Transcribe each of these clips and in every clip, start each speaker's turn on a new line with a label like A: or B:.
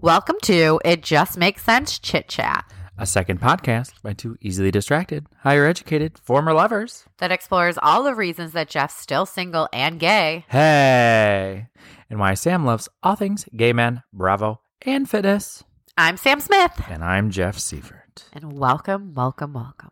A: Welcome to It Just Makes Sense Chit Chat
B: A second podcast by two easily distracted, higher educated, former lovers.
A: that explores all the reasons that Jeff's still single and gay.
B: Hey! And why Sam loves all things gay men, bravo, and fitness.
A: I'm Sam Smith.
B: And I'm Jeff Seifert.
A: And welcome, welcome, welcome.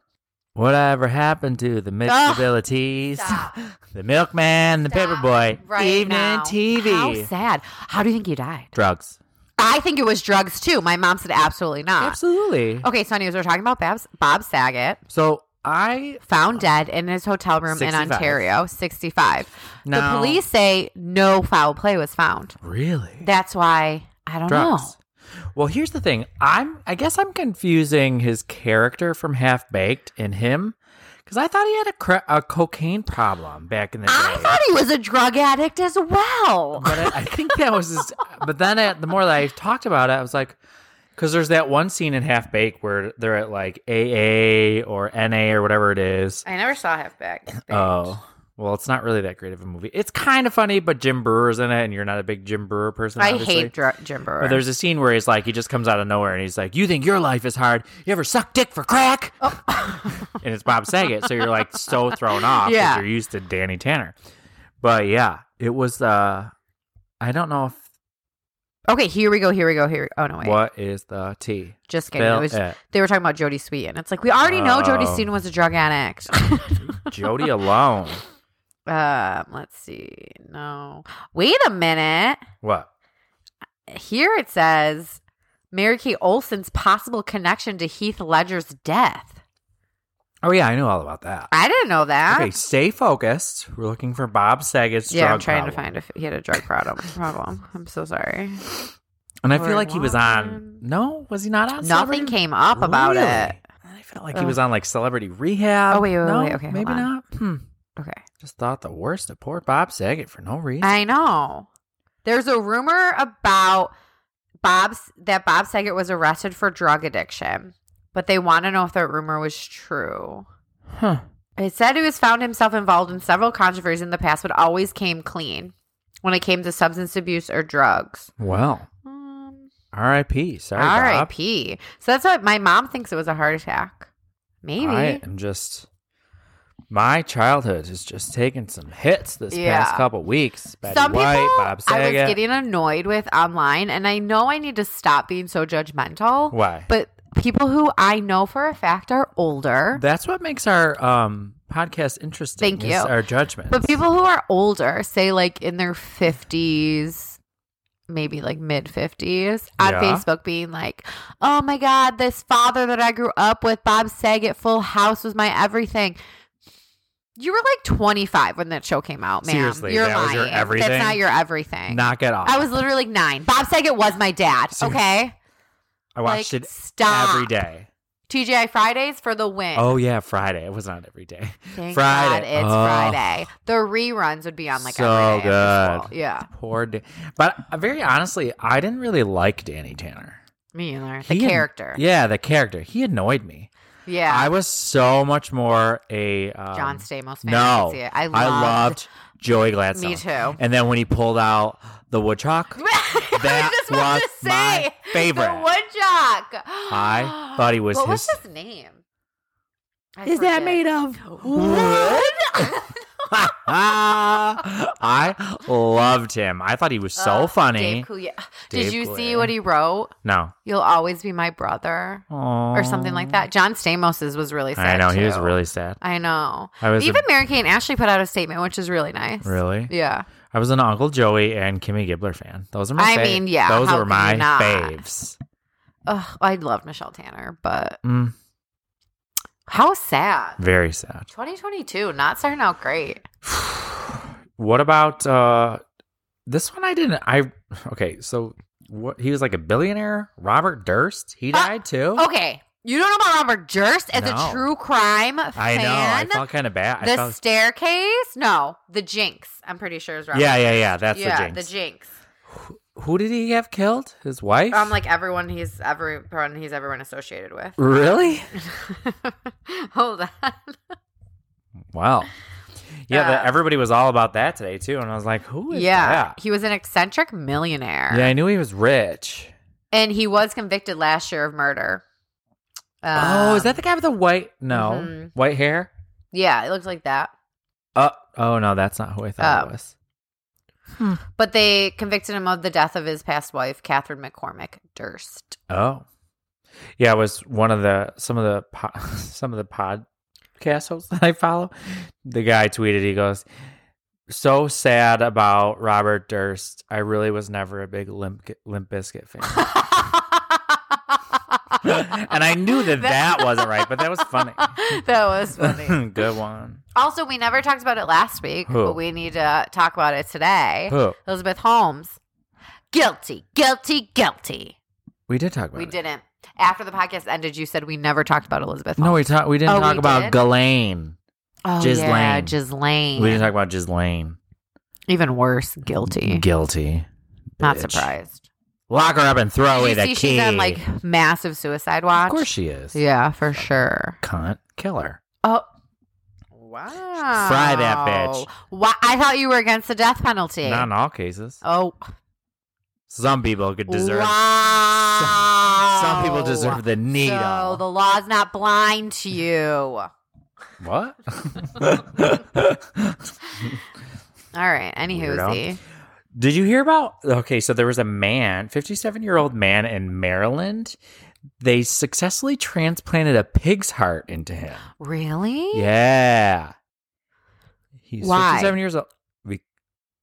B: Whatever happened to the mixed
A: Ugh,
B: abilities,
A: Ah, stop.
B: the milkman, the
A: Stop
B: paperboy,
A: right
B: evening
A: now. How
B: TV,
A: sad. How do you think you died?
B: drugs?
A: I think it was drugs too. My mom said absolutely not.
B: Absolutely.
A: Okay, so anyways, we're talking about Babs, Bob Saget,
B: So I
A: found dead in his hotel room in
B: 65.
A: Ontario, 65.
B: Now-
A: The police say no foul play was found.
B: really
A: That's why I don't
B: drugs. Well, here's the thing. I'm I guess I'm confusing his character from Half Baked and him because I thought he had a, cra- a cocaine problem back in the
A: know. I
B: day.
A: thought he was a drug addict as well.
B: but I, I think that was his. But then I, the more that I talked about it, I was like, because there's that one scene in Half Baked where they're at like AA or NA or whatever it is.
A: I never saw Half Baked.
B: Oh. Well, it's not really that great of a movie. It's kind of funny, but Jim Brewer's in it, and you're not a big Jim Brewer person.
A: I
B: obviously.
A: hate dr- Jim Brewer.
B: But there's a scene where he's like, he just comes out of nowhere and he's like, You think your life is hard? You ever suck dick for crack?
A: Oh.
B: and it's Bob Saget. So you're like so thrown off because
A: Yeah.
B: you're used to Danny Tanner. But yeah, it was, uh, I don't know if,
A: okay, here we go. Here we go. Here. Oh no, wait.
B: what is the T?
A: Just kidding.
B: Bill,
A: it was,
B: eh,
A: they were talking about Jodie Sweetin. It's like we already know Jodie
B: Oh.
A: Sweetin was a drug addict.
B: Jody alone.
A: um, let's see. No, wait a minute.
B: What?
A: Here it says Mary Kay Olsen's possible connection to Heath Ledger's death.
B: Oh, yeah, I knew all about that.
A: I didn't know that.
B: Okay, stay focused. We're looking for Bob Saget's
A: yeah, I'm
B: drug
A: trying to
B: problem.
A: find if he had a drug problem. problem. I'm so sorry.
B: And I
A: Or
B: feel like he was on.
A: Watson.
B: No, was he not on?
A: Nothing
B: Celebrity
A: came up about
B: Really?
A: it.
B: I felt like he was on like Celebrity Rehab.
A: Oh, wait, wait,
B: no,
A: wait, okay, hold
B: maybe
A: on.
B: not. Hmm.
A: Okay.
B: Just thought the worst of poor Bob Saget for no reason.
A: I know. There's a rumor about Bob's that Bob Saget was arrested for drug addiction, but they want to know if that rumor was true.
B: huh.
A: It said he was found himself involved in several controversies in the past, but always came clean when it came to substance abuse or drugs.
B: Well,
A: Um,
B: R.I.P. Sorry, Bob.
A: R.I.P. So that's what my mom thinks it was a heart attack. Maybe.
B: I am just. My childhood has just taken some hits this past
A: Yeah.
B: couple weeks. Betty
A: Some
B: White,
A: people
B: Bob
A: I
B: Saget.
A: was getting annoyed with online, and I know I need to stop being so judgmental.
B: Why?
A: But people who I know for a fact are older.
B: That's what makes our um, podcast interesting.
A: Thank
B: is
A: you.
B: Our judgment.
A: But people who are older, say like in their 50s, maybe like mid 50s, on
B: Yeah.
A: Facebook being like, oh my God, this father that I grew up with, Bob Saget, Full House was my everything. You were like 25 when that show came out, man.
B: Seriously,
A: You're
B: that
A: lying.
B: was your everything?
A: That's not your everything.
B: knock it off.
A: I was literally like nine. Bob Saget was my dad.
B: Seriously.
A: Okay.
B: I watched
A: like,
B: it
A: stop.
B: every day.
A: TGI Fridays for the win.
B: Oh yeah, Friday. It was not every day.
A: Thank God
B: Friday.
A: it's
B: Oh.
A: Friday. The reruns would be on like
B: So
A: every day after
B: good.
A: school. Yeah,
B: Poor, da- but uh, very honestly, I didn't really like Danny Tanner.
A: me either. The
B: He an-
A: character. Yeah,
B: yeah, the character. He annoyed me. I was so much more a um,
A: John Stamos. Fan.
B: No,
A: I, can see it. I loved.
B: I loved Joey Gladstone.
A: Me too.
B: And then when he pulled out the woodchuck,
A: I
B: That
A: just
B: was
A: wanted to
B: my
A: say
B: favorite.
A: The woodchuck.
B: I thought he was
A: What
B: his.
A: was his name? I forget.
B: of
A: wood?
B: I loved him. I thought he was so
A: Uh,
B: funny.
A: Dave Coulier.
B: Dave
A: Did you see
B: Coulier.
A: what he wrote?
B: no,
A: You'll always be my brother, or something like that. John Stamos's was really
B: I
A: sad.
B: know he was
A: too.
B: really sad.
A: I know.
B: I was a-
A: Even Mary Kay and Ashley put out a statement, which is really nice.
B: Really?
A: Yeah.
B: I was an Uncle Joey and Kimmy Gibbler fan. Those are my.
A: I
B: fave-
A: mean, yeah,
B: those
A: how
B: were
A: could
B: my
A: you not?
B: faves.
A: Ugh, I love Michelle Tanner, but
B: Mm,
A: how sad.
B: very sad.
A: 2022, not starting out great.
B: What about uh this one? I didn't. I okay. So what? He was like a billionaire. Robert Durst. He
A: Uh,
B: died too.
A: Okay. You don't know about Robert Durst as
B: No.
A: a true crime fan?
B: I know. I felt kind of bad. I
A: the
B: felt,
A: staircase? No, the Jinx. I'm pretty sure is Robert.
B: yeah, yeah, yeah. That's
A: yeah,
B: the jinx.
A: the Jinx.
B: Who did he have killed? His wife.
A: Um, like everyone he's everyone he's everyone associated with.
B: really?
A: Hold on.
B: Wow. Yeah, the,
A: Uh,
B: everybody was all about that today too, and I was like, "Who is
A: Yeah,
B: that?"
A: he was an eccentric millionaire.
B: Yeah, I knew he was rich.
A: and he was convicted last year of murder.
B: oh, is
A: Um,
B: that the guy with the white? No,
A: mhm.
B: white hair.
A: yeah? It looks like that.
B: Uh, oh no, that's not who I thought
A: Oh.
B: it was.
A: But they convicted him of the death of his past wife, Catherine McCormick Durst.
B: Oh, yeah, it was one of the some of the po- some of the podcast hosts that I follow. The guy tweeted, he goes, "So sad about Robert Durst. I really was never a big Limp Limp Biscuit fan." and
A: and
B: I knew that that wasn't right, but that was funny.
A: that was funny.
B: Good one.
A: also, we never talked about it last week,
B: Who?
A: but we need to talk about it today.
B: Who?
A: Elizabeth Holmes. Guilty, guilty, guilty.
B: We did talk about.
A: We
B: it.
A: didn't. After the podcast ended, you said we never talked about Elizabeth
B: No,
A: Holmes.
B: we talked. We didn't
A: Oh,
B: talk
A: we
B: about
A: did?
B: Ghislaine.
A: oh, yeah,
B: Ghislaine.
A: Ghislaine.
B: We didn't talk about Ghislaine.
A: Even worse, guilty.
B: Guilty.
A: Not
B: Bitch. Oh,
A: surprised.
B: Lock her up and throw away
A: you
B: the
A: see
B: key.
A: she's on like massive suicide watch?
B: of course she is.
A: Yeah, for sure.
B: Cunt. Kill her.
A: Oh. Wow.
B: Fry that bitch.
A: Why? I thought you were against the death penalty.
B: Not in all cases.
A: Oh,
B: Some people could deserve.
A: Wow.
B: Some people deserve the needle.
A: So the law's not blind to you. All
B: what?
A: right. Anywho,
B: Weirdo. Did you hear about? Okay, so there was a man, 57 year old man in Maryland. They successfully transplanted a pig's heart into him.
A: really?
B: Yeah. He's
A: Why?
B: 57 years old. We,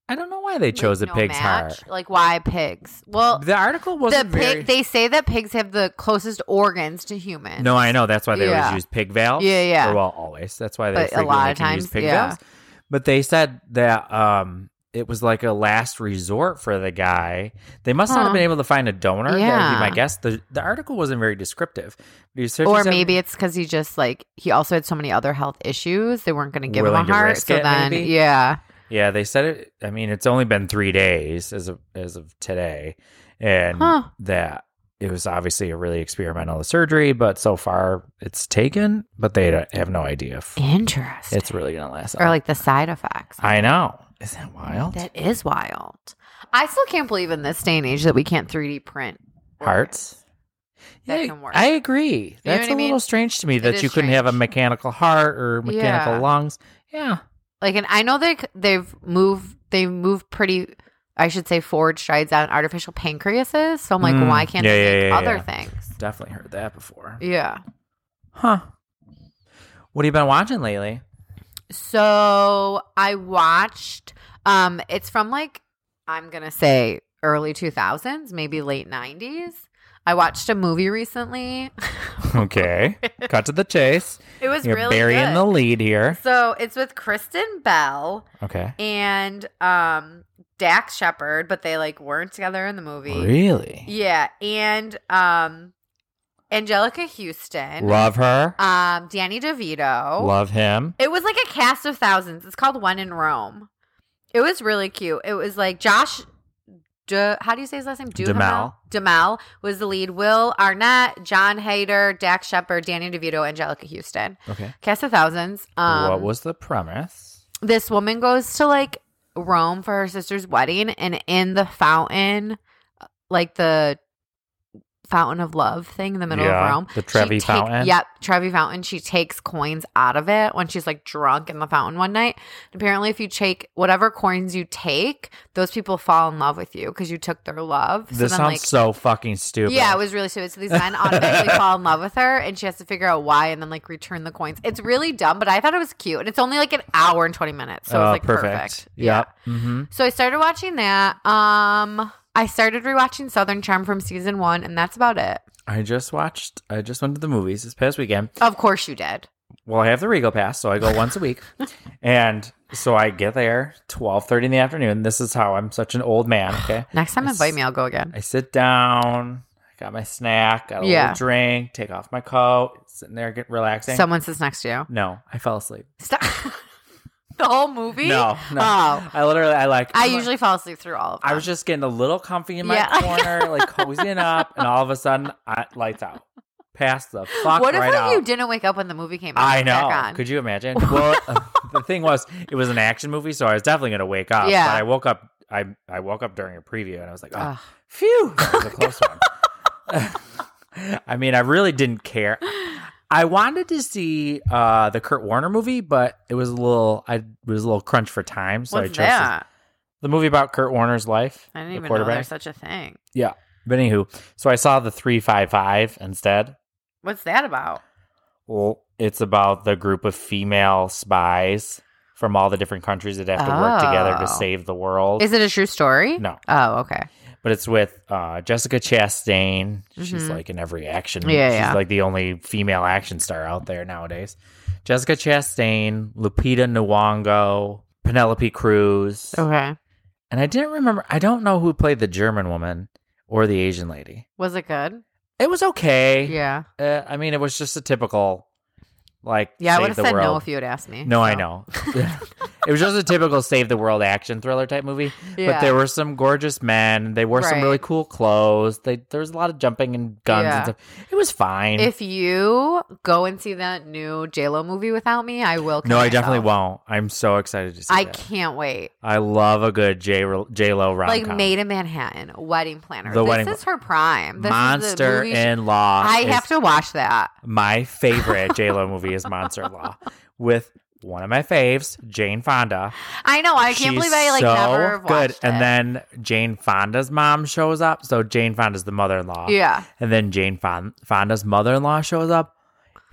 B: I don't know why they chose
A: Like,
B: a
A: no
B: pig's
A: match? Like why pigs? Well,
B: heart. The article
A: the
B: wasn't
A: pig.
B: very.
A: They say that pigs have the closest organs to humans.
B: no, I know. That's why they
A: Yeah.
B: always use pig valves.
A: Yeah, yeah.
B: Or, well, always. That's why they
A: But a
B: frequently
A: lot of
B: can use
A: times,
B: pig
A: yeah.
B: valves. But they said that um, it was like a last resort for the guy. They must not
A: Huh.
B: have been able to find a donor. That would
A: Yeah.
B: be my guess. The, the article wasn't very descriptive. He was
A: Or
B: 57
A: maybe it's because he just like he also had so many other health issues they weren't going to give him
B: Willing
A: a
B: to
A: heart.
B: risk
A: So
B: it,
A: then,
B: maybe?
A: yeah,
B: Yeah, they said it. I mean, it's only been three days as of as of today, and
A: Huh.
B: that it was obviously a really experimental surgery. But so far, it's taken. But they don't, have no idea if
A: interesting.
B: it's really gonna last.
A: or like the side effects.
B: I know. Is that wild?
A: That is wild. I still can't believe in this day and age that we can't 3D print
B: Hearts.
A: That
B: yeah,
A: can work.
B: I agree.
A: know
B: That's
A: what
B: a
A: I mean?
B: little strange to me that
A: is
B: you couldn't have a
A: strange.
B: mechanical heart or mechanical
A: Yeah.
B: lungs. Yeah,
A: Like, and I know they c- they've moved they've moved pretty, I should say, forward strides on artificial pancreases. So I'm like,
B: Mm.
A: why can't
B: Yeah,
A: they
B: yeah,
A: make
B: yeah,
A: other
B: yeah.
A: things?
B: definitely heard that before.
A: Yeah.
B: Huh? What have you been watching lately?
A: So I watched. Um, it's from like I'm gonna say early 2000s, maybe late 90s. I watched a movie recently.
B: Okay, cut to the chase.
A: It was
B: You're
A: really
B: burying
A: good.
B: the lead here.
A: so it's with Kristen Bell
B: Okay.
A: and um Dax Shepard, but they like weren't together in the movie.
B: Really?
A: Yeah, and um Angelica Houston,
B: Love her.
A: um Danny DeVito.
B: Love him.
A: It was like a cast of thousands. It's called One in Rome. It was really cute. It was like Josh. De, how do you say his last name? Duhamel? Duhamel was the lead. Will Arnett, John Hader, Dax Shepard, Danny DeVito, Angelica Houston.
B: Okay.
A: Cast of thousands. Um,
B: what was the premise?
A: this woman goes to like Rome for her sister's wedding, and in the fountain, like the fountain of love thing in the middle of Rome,
B: The
A: she
B: Trevi
A: take-
B: Fountain.
A: Yep, Trevi Fountain. She takes coins out of it when she's like drunk in the fountain one night. Apparently, if you take whatever coins you take, those people fall in love with you because you took their love. So
B: This
A: then,
B: sounds
A: like,
B: so fucking stupid.
A: yeah, it was really stupid. So these men automatically fall in love with her, and she has to figure out why, and then like return the coins. It's really dumb, but I thought it was cute, and it's only like an hour and twenty minutes, so it's
B: Oh,
A: like perfect.
B: Yep. Mm-hmm.
A: So I started watching that. Um, I started rewatching Southern Charm from season one, and that's about it.
B: I just watched. I just went to the movies this past weekend.
A: Of course, you did.
B: Well, I have the Regal Pass, so I go once a week, and so I get there twelve thirty in the afternoon. This is how I'm such an old man. Okay.
A: Next time,
B: I
A: invite
B: s-
A: me. I'll go again.
B: I sit down. I Got my snack, got a
A: Yeah.
B: little drink, take off my coat, sitting there, get relaxing.
A: Someone sits next to you.
B: no, I fell asleep.
A: Stop. the whole movie?
B: No, no.
A: Oh.
B: I literally, I like.
A: I
B: I'm like-
A: usually fall asleep through all of them.
B: I was just getting a little comfy in my
A: Yeah.
B: corner, like cozying up, and all of a sudden, I, lights out. Passed the fuck
A: what if
B: right
A: like,
B: out.
A: you didn't wake up when the movie came out?
B: I
A: and was back
B: know.
A: on?
B: Could you imagine? Well, the thing was, it was an action movie, so I was definitely going to wake up.
A: Yeah.
B: But I woke up. I I woke up during a preview, and I was like, oh,
A: Ugh.
B: phew, that was a close one. I mean, I really didn't care. I wanted to see uh, the Kurt Warner movie, but it was a little I was a little crunch for time, so I
A: What's
B: chose this-
A: that?
B: the movie about Kurt Warner's life.
A: I didn't
B: the
A: even know
B: quarterback.
A: there's such a thing.
B: Yeah, but anywho, so I saw the three five five instead.
A: What's that about?
B: Well, it's about the group of female spies from all the different countries that have to work together
A: Oh.
B: to save the world.
A: Is it a true story?
B: no,
A: Oh, okay.
B: but it's with uh, Jessica Chastain. She's
A: Mhm.
B: like in every action.
A: Yeah,
B: she's
A: yeah.
B: like the only female action star out there nowadays. Jessica Chastain, Lupita Nyong'o, Penelope Cruz,
A: Okay.
B: and I didn't remember. I don't know who played the German woman or the Asian lady.
A: Was it good?
B: It was okay.
A: Yeah.
B: Uh, I mean, it was just a typical, like,
A: Yeah, I
B: save
A: would have
B: the
A: said
B: world.
A: no if you had asked me.
B: No, I
A: so.
B: know. it was just a typical save the world action thriller type movie.
A: Yeah.
B: But there were some gorgeous men. They wore some
A: Right.
B: really cool clothes. They, there was a lot of jumping and guns
A: Yeah.
B: and stuff. It was fine.
A: If you go and see that new JLo movie without me, I will.
B: no,
A: kill
B: I definitely
A: myself.
B: won't. I'm so excited to see
A: I
B: that.
A: can't wait.
B: I love a good J J Lo rom
A: Like Made in Manhattan, Wedding Planner.
B: The
A: this
B: Wedding-
A: is her prime. This is the
B: Monster
A: movie she-
B: in Law.
A: I
B: is
A: have to watch that.
B: My favorite J Lo movie is Monster in Law with one of my faves, Jane Fonda.
A: I know. I can't
B: She's
A: believe I like
B: so
A: never have
B: good.
A: watched it.
B: And then Jane Fonda's mom shows up. So Jane Fonda's the mother-in-law.
A: yeah,
B: And then Jane Fon- Fonda's mother-in-law shows up.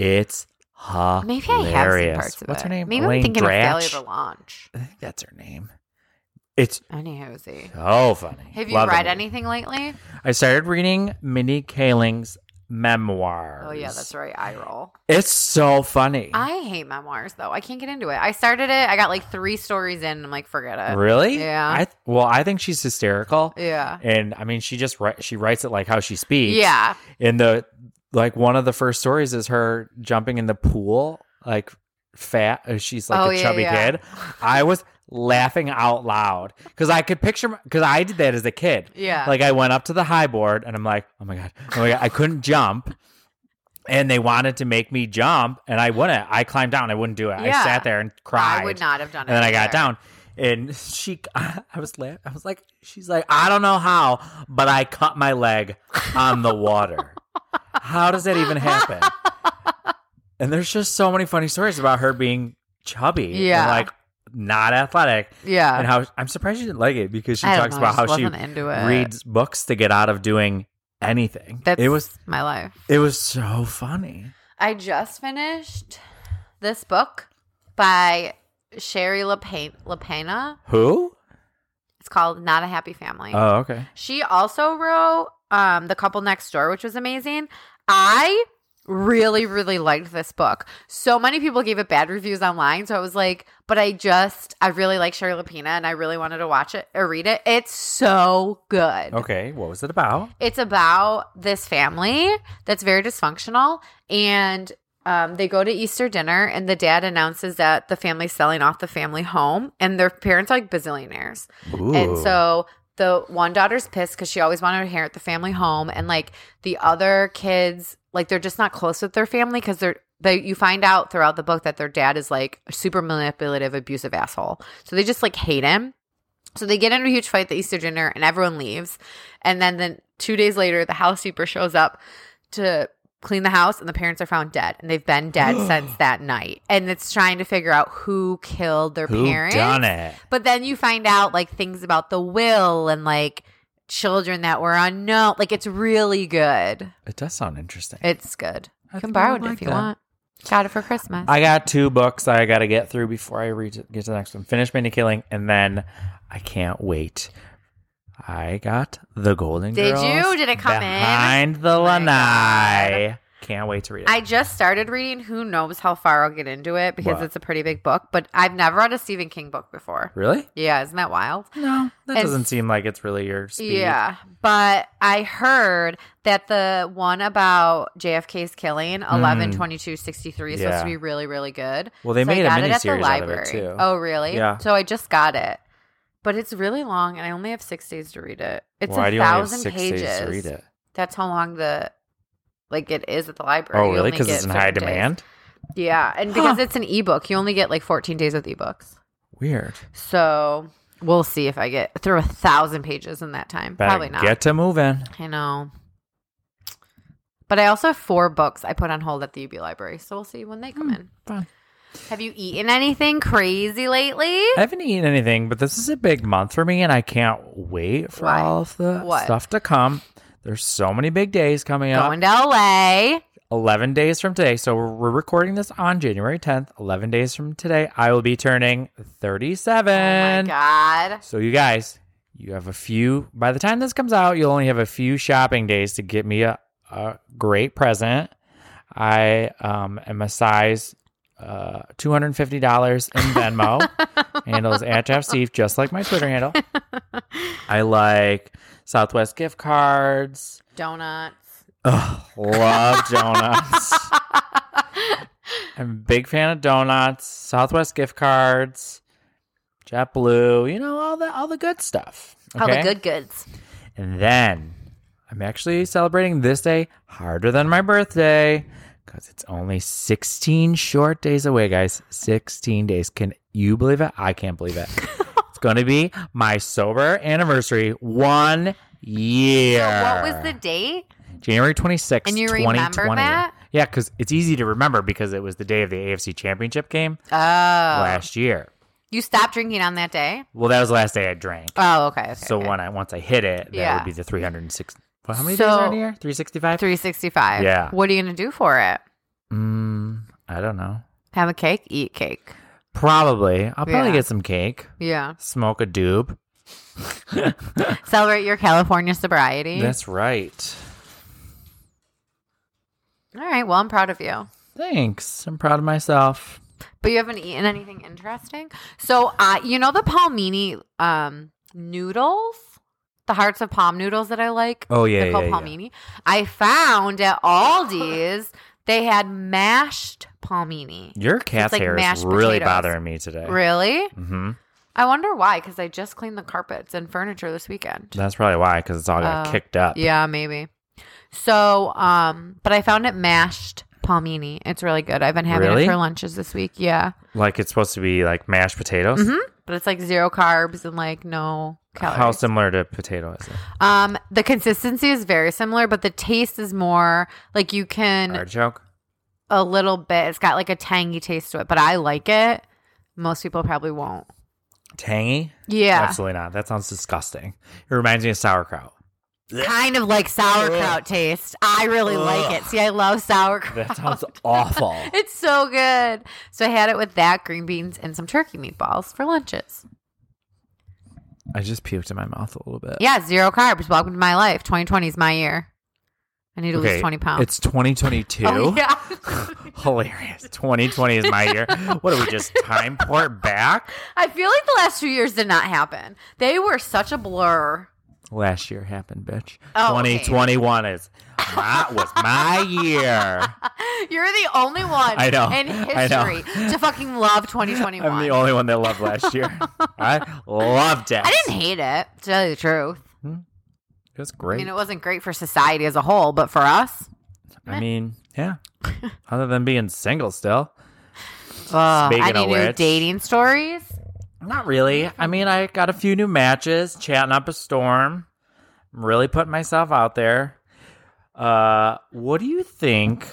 B: It's hilarious.
A: maybe I have some parts of
B: What's
A: it.
B: her name?
A: Maybe
B: Elaine
A: I'm thinking
B: Dratch?
A: of Failure to Launch.
B: I think that's her name. It's
A: Anyhow, see.
B: so funny.
A: Have you
B: Love
A: read
B: it.
A: anything lately?
B: I started reading Minnie Kaling's memoirs.
A: Oh yeah, that's right. I roll.
B: It's so funny.
A: I hate memoirs though. I can't get into it. I started it. I got like three stories in. And I'm like, forget it.
B: really?
A: Yeah.
B: I th- well, I think she's hysterical.
A: Yeah.
B: And I mean, she just wri- she writes it like how she speaks.
A: Yeah.
B: in the like one of the first stories is her jumping in the pool like fat uh, she's like
A: Oh,
B: a
A: yeah,
B: chubby
A: yeah.
B: kid i was laughing out loud because i could picture because i did that as a kid
A: Yeah.
B: like i went up to the high board and i'm like oh my god oh my god i couldn't jump and they wanted to make me jump and i wouldn't i climbed down i wouldn't do it i
A: Yeah.
B: sat there and cried
A: I would not have done it.
B: and then I got
A: either.
B: down. And she, I was, la- I was like, she's like, I don't know how, but I cut my leg on the water. how does that even happen? And there's just so many funny stories about her being chubby, and,
A: Yeah.
B: like not athletic,
A: Yeah.
B: and how I'm surprised she didn't like it because she
A: I don't
B: talks
A: know,
B: about
A: I
B: how
A: just
B: she
A: wasn't into it.
B: reads books to get out of doing anything.
A: That's
B: it was,
A: my life.
B: it was so funny.
A: I just finished this book by Sherry LaPena. LaPena.
B: Who?
A: It's called Not a Happy Family.
B: Oh, okay.
A: She also wrote um, The Couple Next Door, which was amazing. I really, really liked this book. So many people gave it bad reviews online. So I was like, but I just, I really like Sherry Lapina and I really wanted to watch it or read it. It's so good.
B: Okay, what was it about?
A: It's about this family that's very dysfunctional and um, they go to Easter dinner, and the dad announces that the family's selling off the family home, and their parents are like bazillionaires.
B: Ooh.
A: And so the one daughter's pissed because she always wanted to inherit the family home, and like the other kids, like they're just not close with their family because they're. They, you find out throughout the book that their dad is like a super manipulative, abusive asshole. So they just like hate him. So they get into a huge fight at the Easter dinner, and everyone leaves. And then the two days later, the housekeeper shows up to clean the house, and the parents are found dead, and they've been dead since that night. And it's trying to figure out who killed their
B: who
A: parents.
B: done it?
A: But then you find out like things about the will and like children that were unknown. Like it's really good.
B: It does sound interesting.
A: It's good.
B: I
A: You can
B: think I
A: borrow it
B: would like
A: if you
B: that.
A: want. Got it for Christmas.
B: I got two books I got to get through before I read get to the next one. Finish Minnie Killing, and then I can't wait. I got the Golden
A: Did
B: Girls.
A: you? Did it come in? Oh
B: behind the
A: my
B: lanai? Can't wait to read it.
A: I just started reading. Who knows how far I'll get into it because
B: What?
A: it's a pretty big book. But I've never read a Stephen King book before.
B: really?
A: Yeah, isn't that wild?
B: No, that
A: And-
B: doesn't seem like it's really your speed.
A: Yeah, but I heard that the one about JFK's killing, eleven
B: Mm.
A: twenty two sixty three, is
B: Yeah.
A: supposed to be really, really good.
B: Well, they
A: So I
B: made a
A: got it at the
B: miniseries out of it
A: library.
B: too.
A: Oh, really?
B: Yeah.
A: So I just got it, but it's really long, and I only have six days to read it. It's
B: Why
A: a
B: do you only have
A: thousand
B: six
A: pages.
B: days to read it?
A: That's how long the like it is at the library.
B: Oh,
A: You
B: really?
A: only
B: Because
A: get
B: it's in high
A: certain days.
B: demand.
A: Yeah, and
B: Huh.
A: because it's an ebook, you only get like fourteen days with ebooks.
B: Weird.
A: So we'll see if I get through a thousand pages in that time.
B: Better
A: Probably not.
B: Get to moving.
A: I know. But I also have four books I put on hold at the UB library, so we'll see when they
B: Hmm.
A: come in.
B: Fun.
A: Have you eaten anything crazy lately?
B: I haven't eaten anything, but this is a big month for me, and I can't wait for
A: Why?
B: all of the
A: What?
B: stuff to come. There's so many big days coming up.
A: Going to Oh LA.
B: 11 days from today. So we're we're recording this on January 10th. 11 days from today, I will be turning
A: Oh my
B: 37.
A: god.
B: so, you guys, you have a few, by the time this comes out, you'll only have a few shopping days to get me a, a great present. I um, am a size uh, $250 in Venmo. Handles at Jeff Steve, just like my Twitter handle. I like Southwest gift cards.
A: Donuts.
B: Ugh, love donuts. I'm a big fan of donuts, Southwest gift cards, JetBlue, you know, all the all the good stuff.
A: All the
B: okay?
A: good goods.
B: And then I'm actually celebrating this day harder than my birthday because it's only 16 short days away, guys. 16 days. Can you believe it? I can't believe it. it's going to be my sober anniversary, one year.
A: What was the date?
B: January 26th,
A: And you
B: 2020.
A: remember that?
B: Yeah, because it's easy to remember because it was the day of the AFC Championship game
A: Oh.
B: last year.
A: You stopped drinking on that day?
B: Well, that was the last day I drank.
A: Oh, okay. okay
B: so
A: okay.
B: when I once I hit it, that
A: Yeah.
B: would be the 360. Well, how many
A: So-
B: days are in a year? 365?
A: 365.
B: Yeah.
A: What are you going to do for it?
B: Mm, I don't know.
A: Have a cake? Eat cake.
B: Probably. I'll probably
A: Yeah.
B: get some cake,
A: Yeah.
B: smoke a doob.
A: Celebrate your California sobriety.
B: That's right.
A: All right. Well, I'm proud of you.
B: Thanks. I'm proud of myself.
A: But you haven't eaten anything interesting? So, uh, you know the palmini um, noodles? The hearts of palm noodles that I like?
B: Oh, yeah.
A: They're called palmini. I found at Aldi's they had mashed palmini.
B: Your cat's
A: like
B: hair is
A: mashed
B: really
A: potatoes.
B: bothering me today.
A: Really?
B: hmm
A: I wonder why, because I just cleaned the carpets and furniture this weekend.
B: That's probably why, because it's all got
A: Oh,
B: kicked up.
A: Yeah, maybe. So, um, but I found it mashed palmini. It's really good. I've been having
B: Really?
A: it for lunches this week. Yeah.
B: Like it's supposed to be like mashed potatoes.
A: Mhm. But it's like zero carbs and like no calories.
B: How similar to potato is it?
A: um, the consistency is very similar, but the taste is more like you can
B: Artichoke.
A: a little bit. It's got like a tangy taste to it, but I like it. Most people probably won't.
B: Tangy?
A: Yeah.
B: Absolutely not. That sounds disgusting. It reminds me of sauerkraut.
A: Kind of like sauerkraut taste. I really like it. See, I love sauerkraut.
B: That sounds awful.
A: It's so good. So I had it with that, green beans, and some turkey meatballs for lunches.
B: I just puked in my mouth a little bit.
A: Yeah, zero carbs. Welcome to my life. 2020 is my year. I need to lose 20 pounds.
B: It's 2022.
A: Oh, yeah.
B: Hilarious. 2020 is my year. What do we just time port back?
A: I feel like the last two years did not happen. They were such a blur.
B: Last year happened, bitch.
A: Oh, okay.
B: 2021 is my, was my year.
A: You're the only one
B: I know.
A: in
B: I know.
A: history to fucking love 2021.
B: I'm the only one that loved last year. I loved it.
A: I didn't hate it, to tell you the truth.
B: It was
A: I
B: great.
A: mean, it wasn't great for society as a whole, but for us,
B: I mean, yeah. Other than being single still.
A: ugh,
B: Speaking
A: I
B: of
A: need new
B: which-
A: dating stories.
B: Not really. I mean, I got a few new matches, chatting up a storm. I'm really putting myself out there. Uh, what do you think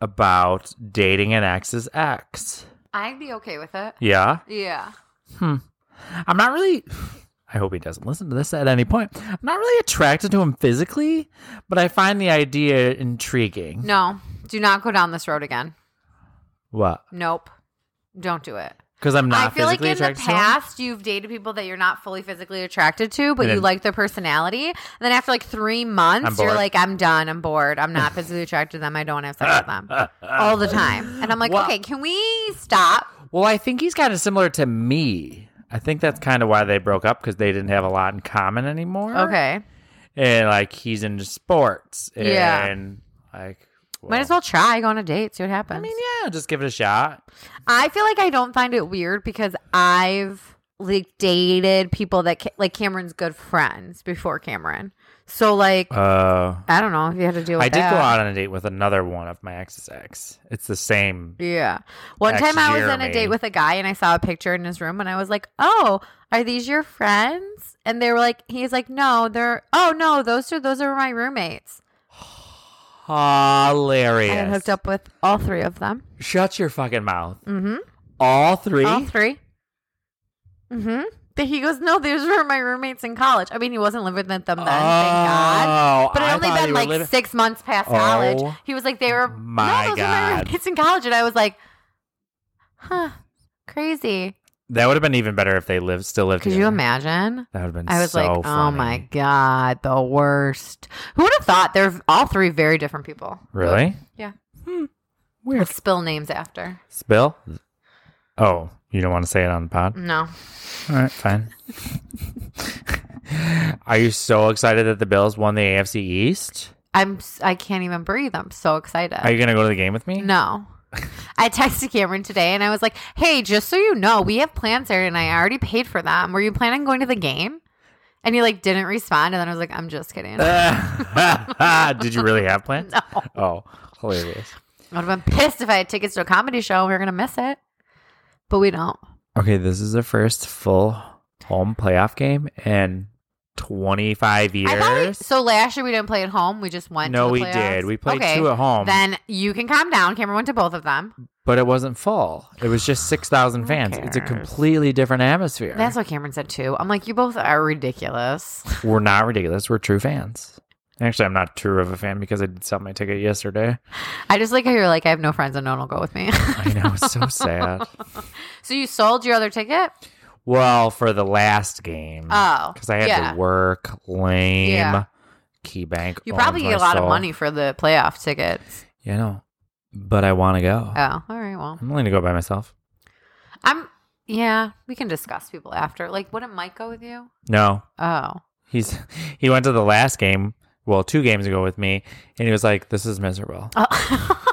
B: about dating an ex's ex?
A: I'd be okay with it.
B: Yeah.
A: Yeah.
B: I'm not really. I hope he doesn't listen to this at any point. I'm not really attracted to him physically, but I find the idea intriguing.
A: No, do not go down this road again.
B: What?
A: Nope. Don't do it.
B: Because I'm not
A: I feel like
B: physically
A: in the
B: attracted to him.
A: past you've dated people that you're not fully physically attracted to, but
B: And
A: you
B: then-
A: like their personality. And then after like three months,
B: I'm
A: you're
B: bored.
A: like, I'm done. I'm bored. I'm not physically attracted to them. I don't want to have sex with them all the time. And I'm like,
B: Well-
A: okay, can we stop?
B: Well, I think he's kind of similar to me. I think that's kind of why they broke up because they didn't have a lot in common anymore.
A: Okay,
B: and like he's into sports. And,
A: Yeah.
B: like
A: might as well try. Go on a date. See what happens.
B: I mean, yeah, just give it a shot.
A: I feel like I don't find it weird because I've like dated people that ca- like Cameron's good friends before Cameron. So like
B: Uh,
A: I don't know if you had to deal with
B: I did
A: that.
B: go out on a date with another one of my ex's ex. It's the same.
A: Yeah. One
B: Ex
A: time I was on a
B: Jeremy.
A: date with a guy and I saw a picture in his room and I was like, "Oh, are these your friends?" And they were like, he's like, "No, they're Oh, no, those are those are my roommates."
B: hilarious.
A: I got hooked up with all three of them.
B: Shut your fucking mouth.
A: Mm-hmm.
B: All three.
A: All three. Mm-hmm. Then he goes, no, these were my roommates in college. I mean, he wasn't living with them then, thank God.
B: Oh,
A: But it only
B: thought you
A: been
B: were
A: like
B: living-
A: six months past
B: Oh.
A: college. He was like, they were
B: My
A: no, those were my
B: God.
A: roommates in college, and I was like, huh, crazy.
B: That would have been even better if they lived still lived.
A: Could you
B: together.
A: imagine?
B: That would have been.
A: I was
B: so
A: like, oh
B: funny.
A: my god, the worst. Who would have thought? They're all three very different people.
B: Really?
A: Yeah.
B: Weird.
A: Let's spill names after.
B: Spill. Oh, you don't want to say it on the pod.
A: No,
B: All right, fine. Are you so excited that the Bills won the AFC East?
A: I'm. s- I can't even breathe. I'm so excited.
B: Are you going to go to the game with me?
A: No. I texted Cameron today and I was like, hey, just so you know, we have plans there and I already paid for them. Were you planning on going to the game? And he like didn't respond. And then I was like, I'm just kidding. I
B: Did you really have plans? No. Oh, hilarious.
A: would have been pissed if I had tickets to a comedy show and we were going to miss it. But we don't.
B: Okay, this is the first full home playoff game in 25 years.
A: I thought we, so last year we didn't play at home. We just went
B: no,
A: to the
B: we
A: playoffs.
B: did. We played
A: Okay,
B: two at home,
A: Then you can calm down. Cameron went to both of them.
B: but it wasn't full. It was just 6,000
A: Who
B: fans. It's a
A: cares?
B: completely different atmosphere.
A: That's what Cameron said too. I'm like, you both are ridiculous.
B: We're not ridiculous. We're true fans. Actually, I'm not true of a fan because I did sell my ticket yesterday.
A: I just like how you're like, I have no friends and no one will go with me.
B: I know, it's so sad.
A: so you sold your other ticket?
B: Well, for the last game.
A: Oh,
B: Because I had
A: yeah.
B: to work, lame,
A: Yeah.
B: key bank.
A: You
B: owns
A: probably
B: my
A: get a lot of
B: soul.
A: money for the playoff tickets.
B: Yeah, I know. But I want to go.
A: Oh, all right. Well,
B: I'm willing to go by myself.
A: I'm. Yeah, we can discuss people after. Like, wouldn't Mike go with you?
B: No,
A: Oh,
B: he's he went to the last game, well, two games ago with me, and he was like, "This is miserable."
A: Oh.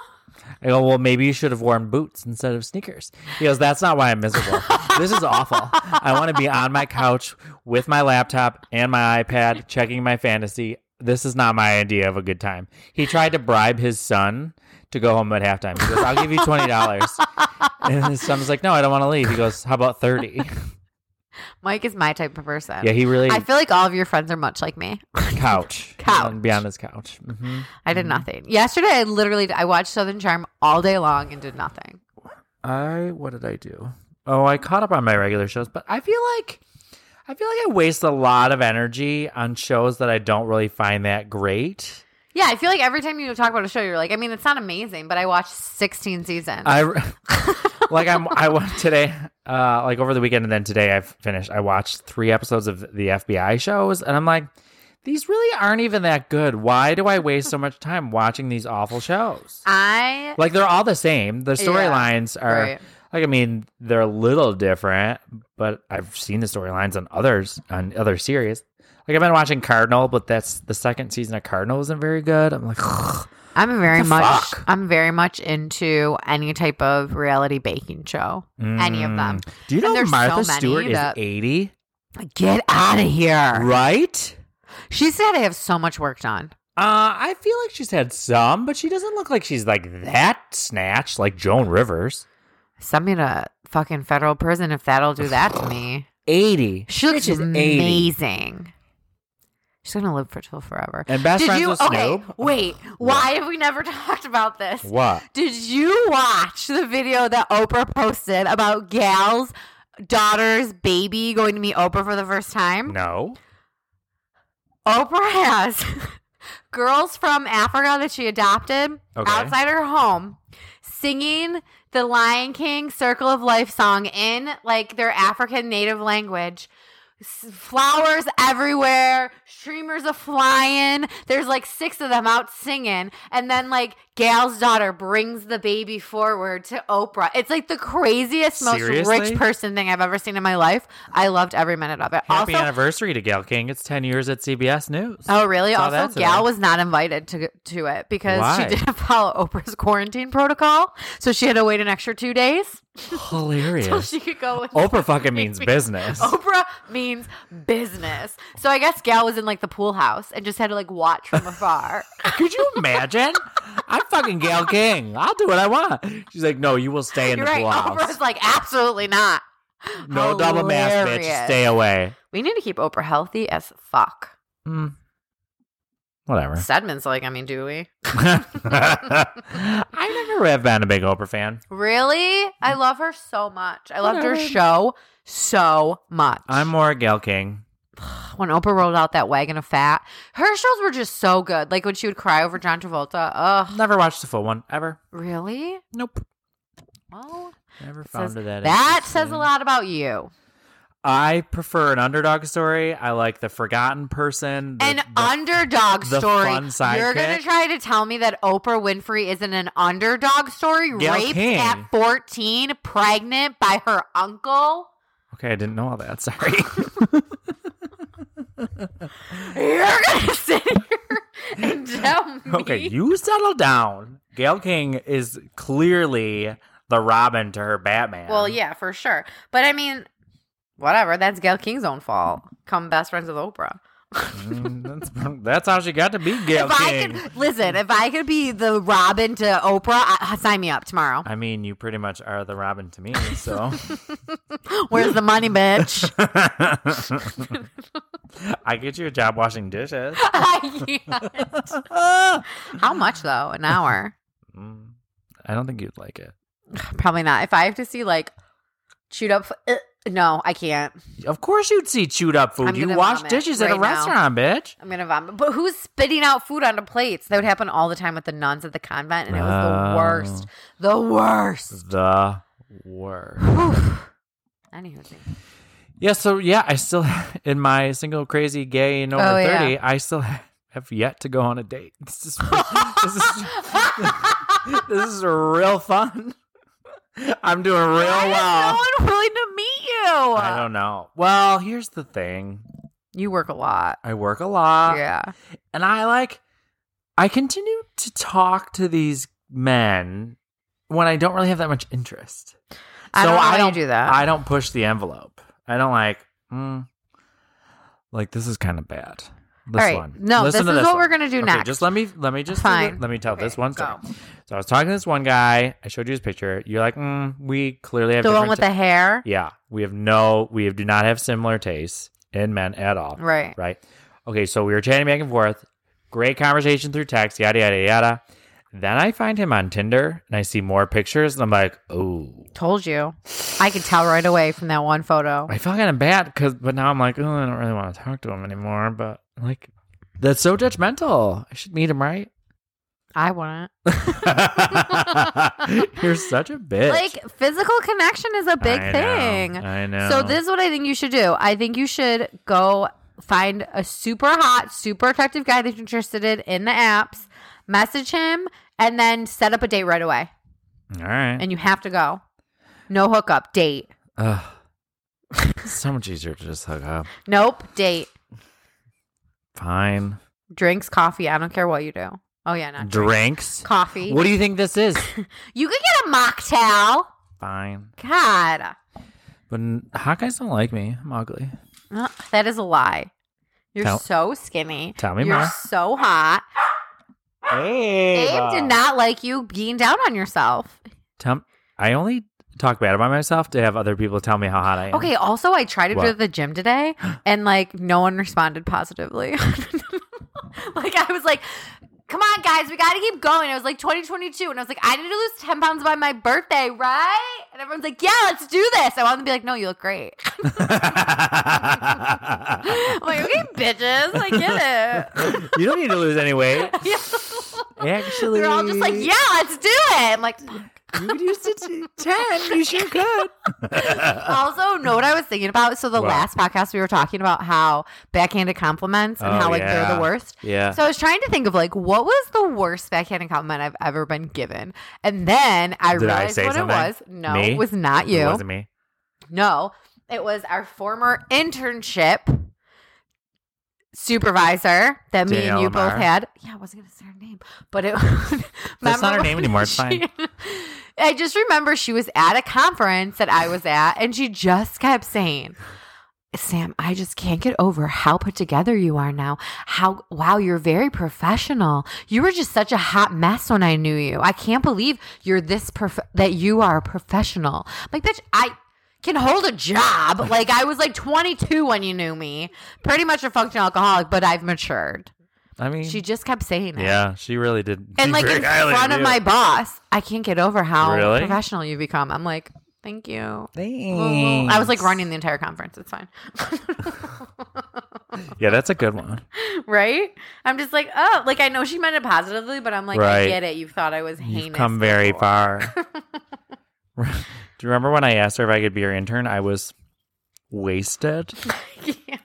B: I go, "Well, maybe you should have worn boots instead of sneakers." He goes, "That's not why I'm miserable. this is awful. I want to be on my couch with my laptop and my iPad, checking my fantasy. This is not my idea of a good time." He tried to bribe his son to go home at halftime. He goes, "I'll give you twenty dollars." And his son's like, "No, I don't want to leave." He goes, "How about 30?
A: Mike is my type of person.
B: Yeah, he really
A: I feel like all of your friends are much like me.
B: couch.
A: Couch.
B: He's on- Be on his couch. hmm
A: I did nothing yesterday. I literally I watched Southern Charm all day long and did nothing.
B: I what did I do? Oh, I caught up on my regular shows, but I feel like I feel like I waste a lot of energy on shows that I don't really find that great.
A: Yeah, I feel like every time you talk about a show, you're like, I mean, it's not amazing, but I watched 16 seasons.
B: I like I'm I went today uh like over the weekend and then today I finished I watched 3 episodes of the FBI shows and I'm like these really aren't even that good. Why do I waste so much time watching these awful shows?
A: I
B: Like they're all the same. The
A: Yeah.
B: storylines are
A: Right.
B: Like I mean, they're a little different, but I've seen the storylines on others on other series. Like I've been watching Cardinal, but that's the second season of Cardinal isn't very good. I'm like, mm.
A: I'm very
B: The
A: much
B: fuck?
A: I'm very much into any type of reality baking show. Any of them.
B: mm. Do you
A: And
B: know
A: there's so
B: Martha
A: many
B: Stewart is
A: that-
B: 80?
A: Get out of here.
B: Right?
A: She's got to have so much work done.
B: Uh, I feel like she's had some, but she doesn't look like she's like that snatched like Joan Rivers.
A: Send me to fucking federal prison if that'll do that to me.
B: 80.
A: She looks
B: Bitch is 80.
A: amazing. She's gonna live for till forever.
B: And best
A: Did
B: friends
A: you?
B: with
A: Okay,
B: Snoop.
A: wait. Why have we never talked about this?
B: What?
A: Did you watch the video that Oprah posted about Gal's daughter's baby going to meet Oprah for the first time?
B: No.
A: Oprah has girls from Africa that she adopted
B: Okay.
A: outside her home singing the Lion King Circle of Life song in like their African native language. S- Flowers everywhere, streamers are flying. There's like six of them out singing. And then, like, Gail's daughter brings the baby forward to Oprah. It's like the craziest, most
B: Seriously?
A: rich person thing I've ever seen in my life. I loved every minute of it.
B: Happy
A: also,
B: anniversary to Gail King. It's 10 years at CBS News.
A: Oh, really?
B: Saw that
A: also,
B: today.
A: Gal was not invited to to it because she
B: Why?
A: didn't follow Oprah's quarantine protocol, so she had to wait an extra two days
B: Hilarious.
A: till she could go. With
B: Oprah fucking means business.
A: Oprah means business, so I guess Gal was in like the pool house and just had to like watch from afar.
B: Could you imagine? I'm fucking Gail King. I'll do what I want. She's like, no, you will stay in
A: You're
B: the
A: right.
B: pool house.
A: Oprah's like, absolutely not.
B: No double mask, bitch.
A: Hilarious.
B: Stay away.
A: We need to keep Oprah healthy as fuck.
B: Mm. Hmm. Whatever.
A: Sedman's like, I mean, do we?
B: I never have been a big Oprah fan.
A: Really?
B: Mm.
A: I love her so much. I loved her
B: Whatever.
A: show so much.
B: I'm more a Gail King.
A: when Oprah rolled out that wagon of fat, her shows were just so good. Like when she would cry over John Travolta. Ugh,
B: Never watched the full one ever.
A: really?
B: Nope.
A: Well,
B: Never found
A: says-
B: it that.
A: that says a
B: interesting.
A: lot about you.
B: I prefer an underdog story. I like the forgotten person. the-
A: an
B: the-
A: underdog
B: the
A: story.
B: fun
A: You're gonna
B: sidekick.
A: try to tell me that Oprah Winfrey isn't an underdog story?
B: Gayle
A: raped
B: King.
A: at 14, pregnant by her uncle.
B: okay, I didn't know all that. Sorry.
A: You're gonna sit here and tell me?
B: okay, you settle down. Gail King is clearly the Robin to her Batman.
A: Well, yeah, for sure. But I mean, whatever. That's Gail King's own fault. Come best friends with Oprah.
B: Mm, that's, that's how she got to be Gail
A: if
B: King.
A: I could listen, if I could be the Robin to Oprah, I, uh, sign me up tomorrow.
B: I mean, you pretty much are the Robin to me. So
A: Where's the money, bitch?
B: I get you a job washing dishes.
A: Yeah.
B: Mm,
A: How much though? An hour?
B: I don't think you'd like it.
A: Probably not. If I have to see like chewed up, uh, no, I can't.
B: Of course, you'd see chewed up food.
A: I'm
B: you
A: gonna
B: wash
A: vomit
B: dishes at a
A: right now.
B: restaurant, bitch.
A: I'm gonna vomit. But who's spitting out food onto plates? That would happen all the time with the nuns at the convent, and it
B: Oh.
A: was the worst. The worst.
B: The worst.
A: Whew. Anywho,
B: Yeah, so yeah, I still in my single crazy gay and over
A: Oh, yeah.
B: thirty, I still have yet to go on a date. This is this is this is real fun. I'm doing real well.
A: Why is no one willing to meet you?
B: I don't know. Well, here's the thing.
A: You work a lot.
B: I work a lot
A: yeah.
B: and I like I continue to talk to these men when I don't really have that much interest.
A: I
B: so
A: don't know
B: I
A: how you
B: don't-
A: do that.
B: I don't push the envelope. I don't like, mm, like this is kind of bad. This
A: All right.
B: one.
A: No,
B: Listen
A: this
B: to
A: is what
B: one.
A: we're gonna do
B: okay,
A: next.
B: Just let me let me just
A: Fine.
B: let me tell
A: Okay,
B: this one story.
A: go.
B: So I was talking to this one guy. I showed you his picture. You're like, mm, we clearly have
A: the one
B: different
A: with
B: ta-
A: the hair.
B: yeah. We have no. We do not have similar tastes in men at all.
A: Right.
B: Right. Okay. So we were chatting back and forth. Great conversation through text. Yada yada yada. Then I find him on Tinder and I see more pictures and I'm like, oh.
A: Told you. I could tell right away from that one photo.
B: I felt kind of bad because, but now I'm like, oh, I don't really want to talk to him anymore. But like, that's so judgmental. I should meet him, right?
A: I wouldn't.
B: You're such a bitch.
A: Like physical connection is a big
B: I know,
A: thing.
B: I know.
A: So this is what I think you should do. I think you should go find a super hot, super attractive guy that you're interested in in the apps, message him, and then set up a date right away.
B: All right.
A: And you have to go. No hookup, date.
B: Ugh. It's so much easier to just hook up.
A: Nope, date.
B: Fine.
A: Drinks, coffee. I don't care what you do. Oh yeah, not
B: Drinks.
A: coffee.
B: Mm. What do you think this is?
A: you could get a mocktail.
B: Fine.
A: God,
B: But n- hot guys don't like me. I'm ugly.
A: Uh, that is a lie. You're
B: Tell-
A: so skinny.
B: tell me
A: You're
B: more.
A: so hot.
B: Hey.
A: Abe did not like you being down on yourself.
B: Tell- I only talk bad about myself to have other people tell me how hot I am.
A: Okay, also I tried to do
B: What?
A: it at the gym today and like no one responded positively. like I was like, come on guys, we gotta keep going. It was like 2022 and I was like, I need to lose 10 pounds by my birthday, right? And everyone's like, yeah, let's do this. I want to be like, no, you look great. I'm like, okay, bitches, I get it.
B: you don't need to lose any weight.
A: Yeah.
B: Actually,
A: They're all just like, yeah, let's do it. I'm like,
B: You could use it to ten. You sure could.
A: also know what I was thinking about. So the
B: What?
A: last podcast we were talking about how backhanded compliments and
B: Oh,
A: how like they're
B: yeah.
A: the worst.
B: Yeah.
A: So I was trying to think of like what was the worst backhanded compliment I've ever been given, and then I
B: Did I
A: realized
B: say
A: what
B: something?
A: it was. No,
B: Me?
A: it was not you.
B: It wasn't me.
A: No, it was our former internship supervisor that me
B: Danielle
A: and you
B: Lamar.
A: both had. Yeah, I wasn't gonna say her name, but it.
B: That's not her
A: remember
B: name
A: when
B: anymore, it's
A: she- I just remember she was at a conference that I was at, and she just kept saying. Sam, I just can't get over how put together you are now. How wow, you're very professional. You were just such a hot mess when I knew you. I can't believe you're this prof- that you are a professional. I'm like, bitch, I can hold a job. Like I was like 22 when you knew me. Pretty much a functional alcoholic, but I've matured.
B: I mean,
A: She just kept saying that.
B: yeah, she really did.
A: And
B: be
A: like
B: very
A: in
B: highly
A: front of
B: reviewed.
A: my boss, I can't get over how
B: Really?
A: professional you become. I'm like, thank you.
B: Hmm.
A: I was like
B: Thanks.
A: running the entire conference. It's fine.
B: Yeah, that's a good one.
A: right? I'm just like, oh, like I know she meant it positively, but I'm like, I
B: Right.
A: get it. You thought I was heinous.
B: You've come very
A: before.
B: far. Do you remember when I asked her if I could be your intern? I was wasted.
A: Yeah.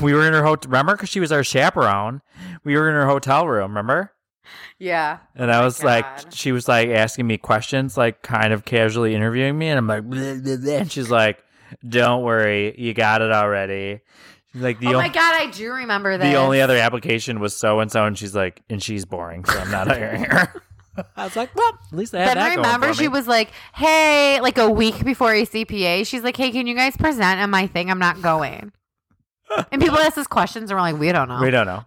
B: We were in her hotel. Remember, because she was our chaperone. We were in her hotel room. Remember?
A: yeah.
B: And I was like,
A: God.
B: she was like asking me questions, like kind of casually interviewing me, and I'm like, bleh, bleh, bleh. and she's like, "Don't worry, you got it already." She's like, "The
A: oh my
B: only
A: god, I do remember this.
B: the only other application was so and so," and she's like, "And she's boring, so I'm not hiring her." I was like, "Well, at least I had
A: Then
B: that
A: I
B: going
A: remember
B: for
A: she
B: me.
A: was like, "Hey, like a week before ACPA, she's like, "Hey, can you guys present at my thing? I'm not going." and people ask us questions and we're like, "We don't know."
B: We don't know.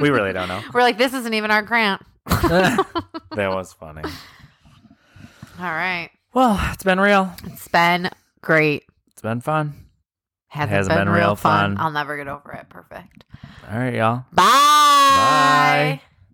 B: we really don't know.
A: We're like, "This isn't even our grant."
B: that was funny.
A: All right.
B: Well, it's been real.
A: It's been great.
B: It's been fun.
A: Hasn't,
B: Hasn't been real fun.
A: I'll never get over it. Perfect.
B: All right, y'all.
A: Bye.
B: Bye.